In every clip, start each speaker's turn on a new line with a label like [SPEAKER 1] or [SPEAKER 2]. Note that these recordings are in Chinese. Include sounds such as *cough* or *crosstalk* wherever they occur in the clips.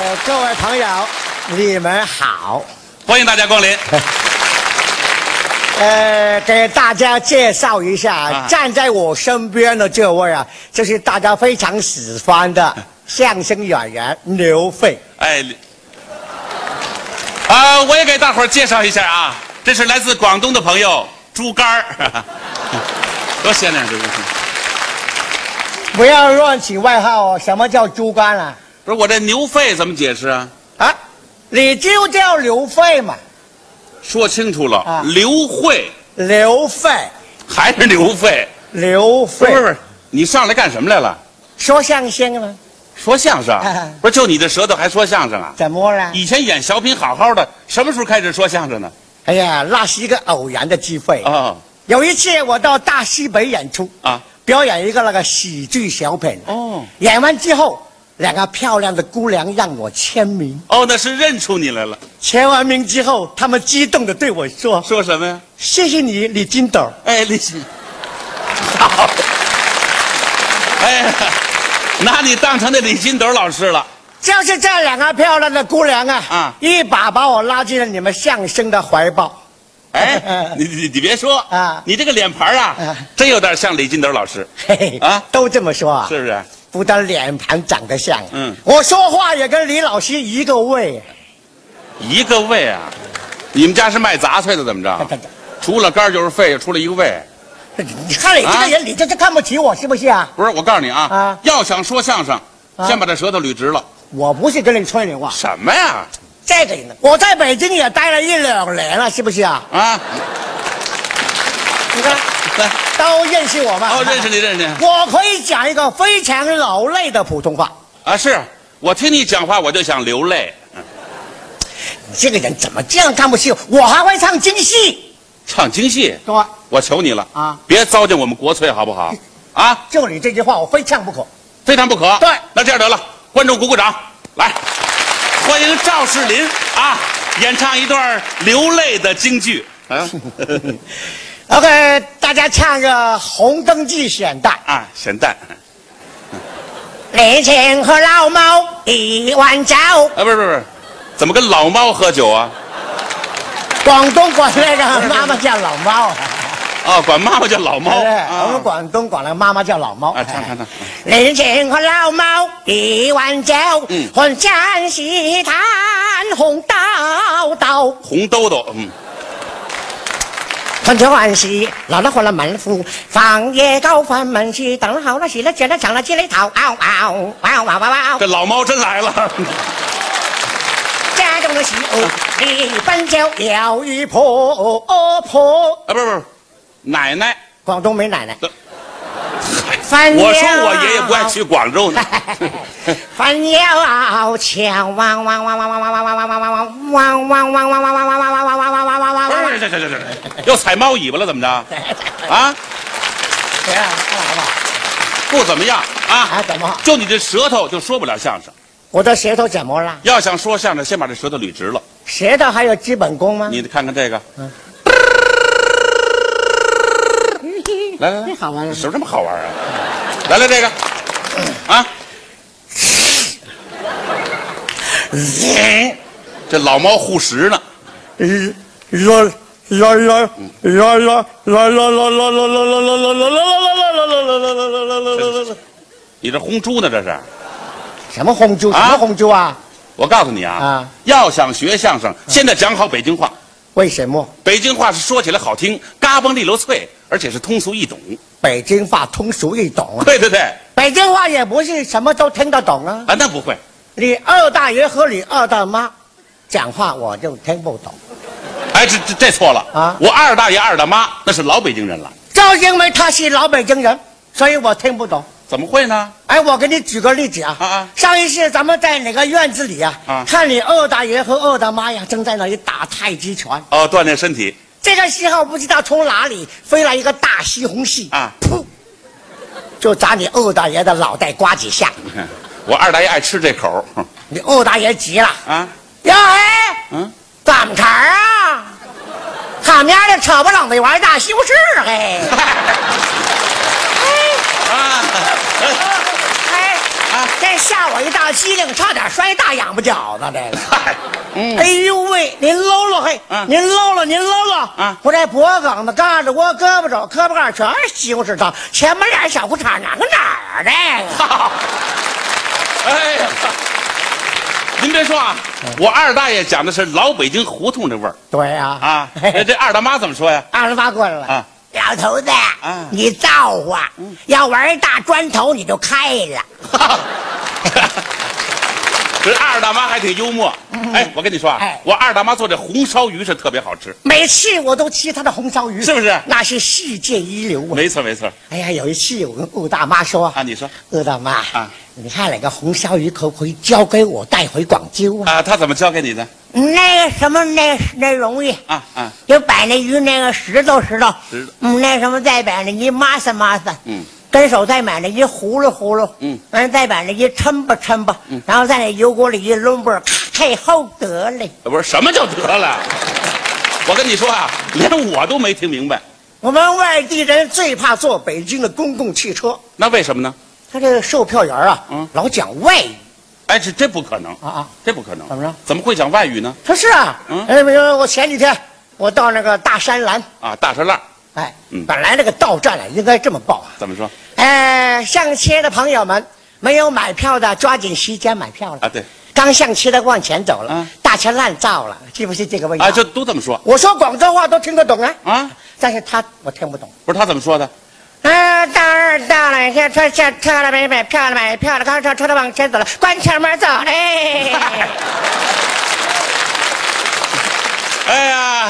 [SPEAKER 1] 呃各位朋友，你们好。
[SPEAKER 2] 欢迎大家光临。
[SPEAKER 1] 呃，给大家介绍一下，
[SPEAKER 2] 哎啊
[SPEAKER 1] 站在我身边的这位啊，就是大家非常喜欢
[SPEAKER 2] *laughs*
[SPEAKER 1] 的相声演员刘飞。
[SPEAKER 2] 哎，啊，我也给大伙儿介绍一下啊，这是来自广东的朋友猪肝儿， *laughs* 多鲜亮这个东西。
[SPEAKER 1] 不要乱起外号哦，什么叫猪肝啊？
[SPEAKER 2] 不是我这牛肺怎么解释啊？
[SPEAKER 1] 啊，你就叫刘飞嘛，
[SPEAKER 2] 说清楚了，
[SPEAKER 1] 啊
[SPEAKER 2] 刘慧
[SPEAKER 1] 刘飞，
[SPEAKER 2] 还是刘肺？
[SPEAKER 1] 刘
[SPEAKER 2] 不
[SPEAKER 1] 飞
[SPEAKER 2] 是不是不是，你上来干什么来了？
[SPEAKER 1] 说相声吗？
[SPEAKER 2] 说相声？不是就你的舌头还说相声啊？
[SPEAKER 1] 怎么了？
[SPEAKER 2] 以前演小品好好的，什么时候开始说相声呢？
[SPEAKER 1] 哎呀，那是一个偶然的机会。
[SPEAKER 2] 啊
[SPEAKER 1] 有一次我到大西北演出，
[SPEAKER 2] 啊，
[SPEAKER 1] 表演一个那个喜剧小品。
[SPEAKER 2] 哦
[SPEAKER 1] 演完之后，两个漂亮的姑娘让我签名，
[SPEAKER 2] 哦，那是认出你来了，
[SPEAKER 1] 签完名之后，她们激动的对我说
[SPEAKER 2] 说什么呀？：“
[SPEAKER 1] 谢谢你，李金斗。
[SPEAKER 2] 哎，李欣，好，哎，拿你当成那李金斗老师了。”
[SPEAKER 1] 就是这两个漂亮的姑娘啊，
[SPEAKER 2] 啊
[SPEAKER 1] 一把把我拉进了你们相声的怀抱。 *laughs*
[SPEAKER 2] 哎，你你你别说
[SPEAKER 1] 啊
[SPEAKER 2] 你这个脸盘啊
[SPEAKER 1] 啊，
[SPEAKER 2] 真有点像李金斗老师，
[SPEAKER 1] 嘿嘿
[SPEAKER 2] 啊
[SPEAKER 1] 都这么说啊，
[SPEAKER 2] 是不是？
[SPEAKER 1] 不但脸盘长得像，
[SPEAKER 2] 嗯
[SPEAKER 1] 我说话也跟李老师一个味。
[SPEAKER 2] 一个胃啊，你们家是卖杂碎的，怎
[SPEAKER 1] *laughs*
[SPEAKER 2] 么着？除了肝儿就是肺，出了一个胃。
[SPEAKER 1] 你看你这
[SPEAKER 2] 啊
[SPEAKER 1] 个人，你这是看不起我是不是啊？
[SPEAKER 2] 不是，我告诉你啊，
[SPEAKER 1] 啊
[SPEAKER 2] 要想说相声，
[SPEAKER 1] 啊
[SPEAKER 2] 先把这舌头捋直了。
[SPEAKER 1] 我不是跟你吹牛啊，
[SPEAKER 2] 什么呀？
[SPEAKER 1] 这个人，我在北京也待了一两年了，是不是啊？
[SPEAKER 2] 啊，
[SPEAKER 1] *laughs* 你看，
[SPEAKER 2] 来，
[SPEAKER 1] 都认识我吗？
[SPEAKER 2] 哦，认识你，认识你
[SPEAKER 1] *laughs* 我可以讲一个非常老泪的普通话。
[SPEAKER 2] 啊！是我听你讲话，我就想流泪。
[SPEAKER 1] 你这个人怎么这样看不起我？我还会唱京戏，
[SPEAKER 2] 唱京戏，
[SPEAKER 1] 懂吗？
[SPEAKER 2] 我求你了
[SPEAKER 1] 啊！
[SPEAKER 2] 别糟践我们国粹好
[SPEAKER 1] *laughs*
[SPEAKER 2] 不好？啊，
[SPEAKER 1] 就你这句话，我非唱不可。
[SPEAKER 2] 非常不可。
[SPEAKER 1] 对
[SPEAKER 2] 那这样得了，观众鼓鼓掌，来，欢迎赵世林啊，演唱一段流泪的京剧。
[SPEAKER 1] 哎
[SPEAKER 2] 啊
[SPEAKER 1] OK，大家唱个《红灯记》选段。
[SPEAKER 2] 啊，咸
[SPEAKER 1] *laughs*
[SPEAKER 2] 蛋
[SPEAKER 1] 李青和老猫一碗粥，
[SPEAKER 2] 啊，不是不是不是，怎么跟老猫喝酒啊？
[SPEAKER 1] 广东管那个妈妈叫老猫啊，
[SPEAKER 2] 哦，管妈妈叫老猫。
[SPEAKER 1] 对不对
[SPEAKER 2] 啊
[SPEAKER 1] 我们广东哎管那个妈妈叫老猫。
[SPEAKER 2] 啊，唱唱唱。
[SPEAKER 1] 人情和老猫一碗酒，
[SPEAKER 2] 嗯
[SPEAKER 1] 混战西坛红豆豆，
[SPEAKER 2] 红兜兜，嗯，
[SPEAKER 1] 混着碗西，老了混了满腹，放夜高翻满西，等了好了洗了卷了抢了鸡了逃，嗷嗷嗷嗷嗷嗷，
[SPEAKER 2] 这老猫真来了。 *laughs* 啊
[SPEAKER 1] 家中的媳妇一般就有一婆婆，
[SPEAKER 2] 啊，不是不是，奶奶，
[SPEAKER 1] 广东没奶奶
[SPEAKER 2] 对。
[SPEAKER 1] 翻啊
[SPEAKER 2] 我
[SPEAKER 1] 了
[SPEAKER 2] 说我爷爷不爱去广州
[SPEAKER 1] *laughs*
[SPEAKER 2] 呢。
[SPEAKER 1] 翻了桥，汪汪汪汪汪汪汪汪汪汪汪汪汪汪汪汪汪汪汪汪汪汪汪汪
[SPEAKER 2] 不
[SPEAKER 1] 汪
[SPEAKER 2] 是，这这这这，又踩猫尾巴了，怎么着？啊，不怎么样啊
[SPEAKER 1] 啊，？怎么？
[SPEAKER 2] 就你这舌头就说不了相声。
[SPEAKER 1] 我的舌头怎么了？
[SPEAKER 2] 要想说相声，先把这舌头捋直了。
[SPEAKER 1] 舌头还有基本功吗？
[SPEAKER 2] 你看看这个，
[SPEAKER 1] 嗯
[SPEAKER 2] 来来来，
[SPEAKER 1] 好玩
[SPEAKER 2] 什么这么好玩啊？来来这个，啊，这老猫护食呢。
[SPEAKER 1] *laughs*
[SPEAKER 2] 你这红猪呢？这是？
[SPEAKER 1] 什么红猪？什么红猪啊？
[SPEAKER 2] 我告诉你啊，
[SPEAKER 1] 啊嗯
[SPEAKER 2] 要想学相声，现在讲好北京话。
[SPEAKER 1] 为什么
[SPEAKER 2] 北京话是说起来好听，嘎嘣利落脆，而且是通俗易懂。
[SPEAKER 1] 北京话通俗易懂啊？
[SPEAKER 2] *laughs* 对对对，啊，
[SPEAKER 1] 北京话也不是什么都听得懂啊。
[SPEAKER 2] 那不会，
[SPEAKER 1] 你二大爷和你二大妈讲话我就听不懂，
[SPEAKER 2] 哎，这这这错了
[SPEAKER 1] 啊
[SPEAKER 2] 我二大爷二大妈那是老北京人了，
[SPEAKER 1] 就因为他是老北京人，所以我听不懂。
[SPEAKER 2] 怎么会呢？
[SPEAKER 1] 哎，我给你举个例子啊，
[SPEAKER 2] 啊啊
[SPEAKER 1] 上一次咱们在哪个院子里啊，
[SPEAKER 2] 啊
[SPEAKER 1] 看你二大爷和二大妈呀正在那里打太极拳，
[SPEAKER 2] 哦，锻炼身体， *laughs*
[SPEAKER 1] 这个时候不知道从哪里飞来一个大西红柿
[SPEAKER 2] 啊
[SPEAKER 1] 噗，就砸你二大爷的脑袋瓜几下，
[SPEAKER 2] 我二大爷爱吃这口哼
[SPEAKER 1] 你二大爷急了，
[SPEAKER 2] *laughs* 啊，
[SPEAKER 1] 哟嘿，
[SPEAKER 2] 嗯，
[SPEAKER 1] 怎么茬儿啊？他们家的扯不冷的玩意儿大西红柿，嘿，
[SPEAKER 2] *laughs* 啊，
[SPEAKER 1] 哎，
[SPEAKER 2] 啊，
[SPEAKER 1] 这吓我一大机灵，差点摔大仰巴饺子。这个，
[SPEAKER 2] 嗨，嗯，
[SPEAKER 1] 哎呦喂，您搂搂嘿，
[SPEAKER 2] 嗯
[SPEAKER 1] 您搂搂，您搂搂，
[SPEAKER 2] 嗯
[SPEAKER 1] 我这脖梗子、胳肢窝、胳膊肘、胳膊盖儿全是西红柿汤，前面俩小裤衩哪个哪儿的？啊
[SPEAKER 2] 好，哎呀，您别说啊，
[SPEAKER 1] 嗯
[SPEAKER 2] 我二大爷讲的是老北京胡同的味儿
[SPEAKER 1] 对呀、
[SPEAKER 2] 啊，
[SPEAKER 1] 哎
[SPEAKER 2] 那这二大妈怎么说呀？
[SPEAKER 1] *laughs*
[SPEAKER 2] *laughs*
[SPEAKER 1] 二十八过来了。
[SPEAKER 2] 啊
[SPEAKER 1] 老头子，
[SPEAKER 2] 啊
[SPEAKER 1] 你造化，
[SPEAKER 2] 嗯
[SPEAKER 1] 要玩大砖头你就开了。
[SPEAKER 2] 哈，这二大妈还挺幽默。哎，我跟你说啊
[SPEAKER 1] 哎，
[SPEAKER 2] 我二大妈做这红烧鱼是特别好吃。
[SPEAKER 1] 每次我都吃他的红烧鱼，
[SPEAKER 2] 是不是
[SPEAKER 1] 那是世界一流啊！
[SPEAKER 2] 没错没错
[SPEAKER 1] 哎呀，有一次我跟顾大妈说，
[SPEAKER 2] 啊，你说
[SPEAKER 1] 顾大妈，
[SPEAKER 2] 啊
[SPEAKER 1] 你看那个红烧鱼可不可以交给我带回广州啊？
[SPEAKER 2] 啊，她怎么教给你的？
[SPEAKER 1] 那个什么，那那容易，
[SPEAKER 2] 啊啊，
[SPEAKER 1] 就摆那鱼那个石头石头，
[SPEAKER 2] 石头
[SPEAKER 1] 嗯，那什么再摆那一抹撒抹撒，
[SPEAKER 2] 嗯，
[SPEAKER 1] 跟手再买那一葫芦葫芦，
[SPEAKER 2] 嗯，
[SPEAKER 1] 完再摆那一抻吧抻吧，嗯，然后在那油锅里一抡吧，
[SPEAKER 2] 嗯
[SPEAKER 1] 嘿齁得嘞。
[SPEAKER 2] 不是什么叫得了？我跟你说啊，连我都没听明白，
[SPEAKER 1] 我们外地人最怕坐北京的公共汽车，
[SPEAKER 2] 那为什么呢？
[SPEAKER 1] 他这个售票员啊，
[SPEAKER 2] 嗯
[SPEAKER 1] 老讲外语
[SPEAKER 2] 哎，这这不可能，
[SPEAKER 1] 啊啊。
[SPEAKER 2] 这不可能。
[SPEAKER 1] 怎么着？
[SPEAKER 2] 怎么会讲外语呢？
[SPEAKER 1] 他是啊，
[SPEAKER 2] 嗯
[SPEAKER 1] 哎，比如说我前几天我到那个大山栏，
[SPEAKER 2] 啊，大栅栏
[SPEAKER 1] 哎，
[SPEAKER 2] 嗯
[SPEAKER 1] 本来那个到站啊应该这么报啊，
[SPEAKER 2] 怎么说？
[SPEAKER 1] 呃，上车的朋友们，没有买票的抓紧时间买票了
[SPEAKER 2] 啊，对，
[SPEAKER 1] 刚上车的往前走了，
[SPEAKER 2] 嗯
[SPEAKER 1] 大车烂造了，是不是这个味道？
[SPEAKER 2] 啊，这都这么说
[SPEAKER 1] 我说广州话都听得懂啊，
[SPEAKER 2] 啊？
[SPEAKER 1] 但是他我听不懂。
[SPEAKER 2] 不是他怎么说的？
[SPEAKER 1] 啊，到了到了，下车下车了，没买票了，买票了，刚上车的往前走了，关前门走
[SPEAKER 2] *laughs*
[SPEAKER 1] 嘞。 *laughs*
[SPEAKER 2] 哎呀，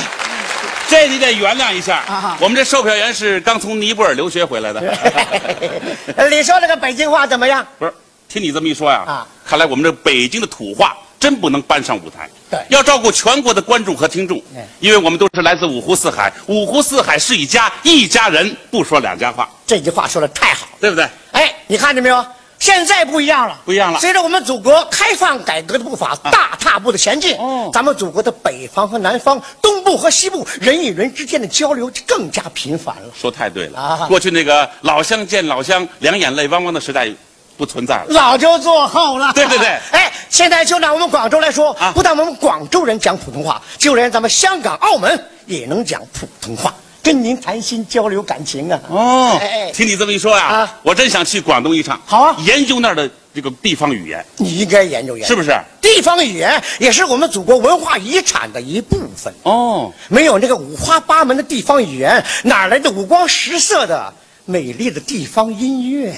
[SPEAKER 2] 这你得原谅一下。
[SPEAKER 1] 啊
[SPEAKER 2] 我们这售票员是刚从尼泊尔留学
[SPEAKER 1] *laughs*
[SPEAKER 2] 回来的。
[SPEAKER 1] 你说那个北京话怎么样？
[SPEAKER 2] 不是，听你这么一说呀，
[SPEAKER 1] 啊
[SPEAKER 2] 看来我们这北京的土话真不能搬上舞台。
[SPEAKER 1] 对
[SPEAKER 2] 要照顾全国的观众和听众
[SPEAKER 1] 哎，
[SPEAKER 2] 因为我们都是来自五湖四海，五湖四海是一家，一家人不说两家话，
[SPEAKER 1] 这句话说的太好了。
[SPEAKER 2] 对不对？
[SPEAKER 1] 哎，你看见没有？现在不一样了，
[SPEAKER 2] 不一样了啊
[SPEAKER 1] 随着我们祖国开放改革的步伐大踏步的前进，
[SPEAKER 2] 哦
[SPEAKER 1] 咱们祖国的北方和南方、东部和西部，人与人之间的交流就更加频繁了。
[SPEAKER 2] 说太对了。
[SPEAKER 1] 啊
[SPEAKER 2] 过去那个老乡见老乡，两眼泪汪汪的时代不存在了。
[SPEAKER 1] 早就落后了，
[SPEAKER 2] 对对对
[SPEAKER 1] 哎，现在就拿我们广州来说，
[SPEAKER 2] 啊
[SPEAKER 1] 不但我们广州人讲普通话，就连咱们香港、澳门也能讲普通话，跟您谈心交流感情啊。
[SPEAKER 2] 哦
[SPEAKER 1] 哎哎
[SPEAKER 2] 听你这么一说呀，
[SPEAKER 1] 啊
[SPEAKER 2] 我真想去广东一趟。
[SPEAKER 1] 好啊
[SPEAKER 2] 研究那儿的这个地方语言，
[SPEAKER 1] 你应该研究研究，
[SPEAKER 2] 是不是？
[SPEAKER 1] 地方语言也是我们祖国文化遗产的一部分。
[SPEAKER 2] 哦，
[SPEAKER 1] 没有那个五花八门的地方语言，哪来的五光十色的美丽的地方音乐呀？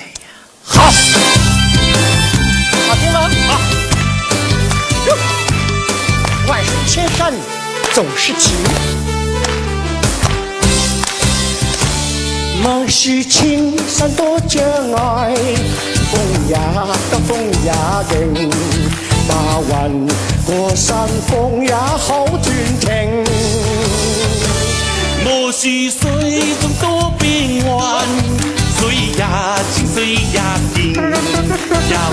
[SPEAKER 1] 好，好听吗？好。哟万水千山总是情，莫是青山多障碍，风也得風也勁，白雲過山峰也好斷情。
[SPEAKER 2] 我是水中多变幻，水呀清水呀静，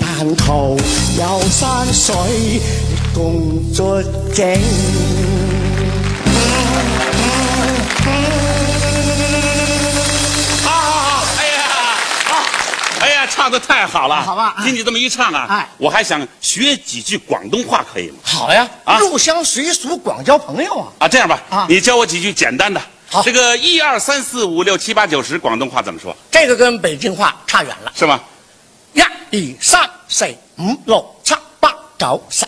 [SPEAKER 1] 但求有山水共作證。
[SPEAKER 2] 好好好，哎呀，好，哎呀，唱的太好了，
[SPEAKER 1] 好吧
[SPEAKER 2] 听你这么一唱啊，
[SPEAKER 1] 哎
[SPEAKER 2] 我还想学几句广东话，可以吗？
[SPEAKER 1] 好呀，
[SPEAKER 2] 啊
[SPEAKER 1] 入乡随俗，广交朋友啊。
[SPEAKER 2] 啊，这样吧，
[SPEAKER 1] 啊
[SPEAKER 2] 你教我几句简单的。
[SPEAKER 1] 好
[SPEAKER 2] 这个一二三四五六七八九十，广东话怎么说？
[SPEAKER 1] 这个跟北京话差远了。
[SPEAKER 2] 是吗？
[SPEAKER 1] 一、二、三、四、五、六、七、八、九、十。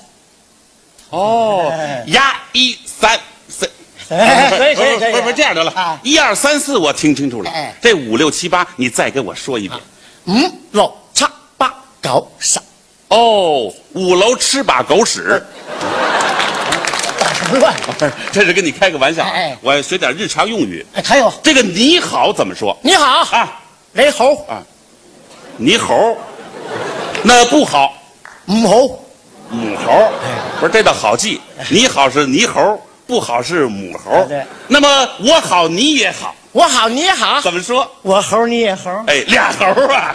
[SPEAKER 2] 哦，呀，一三四。
[SPEAKER 1] 哎
[SPEAKER 2] 不是
[SPEAKER 1] 可以可以
[SPEAKER 2] 不是
[SPEAKER 1] 可以
[SPEAKER 2] 不是这样得了
[SPEAKER 1] 啊，
[SPEAKER 2] 一二三四我听清楚了
[SPEAKER 1] 哎，
[SPEAKER 2] 这五六七八你再给我说一遍。
[SPEAKER 1] 五、六、七、八、九、十。
[SPEAKER 2] 哦，五楼吃把狗屎，
[SPEAKER 1] 打什么乱？
[SPEAKER 2] 啊这是跟你开个玩笑啊
[SPEAKER 1] 哎哎，
[SPEAKER 2] 我学点日常用语。
[SPEAKER 1] 哎，还有，
[SPEAKER 2] 这个你好怎么说
[SPEAKER 1] 你好，
[SPEAKER 2] 啊？
[SPEAKER 1] 雷猴，
[SPEAKER 2] 你猴，那不好。
[SPEAKER 1] 唔好，
[SPEAKER 2] 母猴，不是这倒好记，你好是猕猴，不好是母猴。
[SPEAKER 1] 对
[SPEAKER 2] 那么我好你也好，
[SPEAKER 1] 我好你也好，
[SPEAKER 2] 怎么说？
[SPEAKER 1] 我猴你也猴，
[SPEAKER 2] 哎，俩猴啊，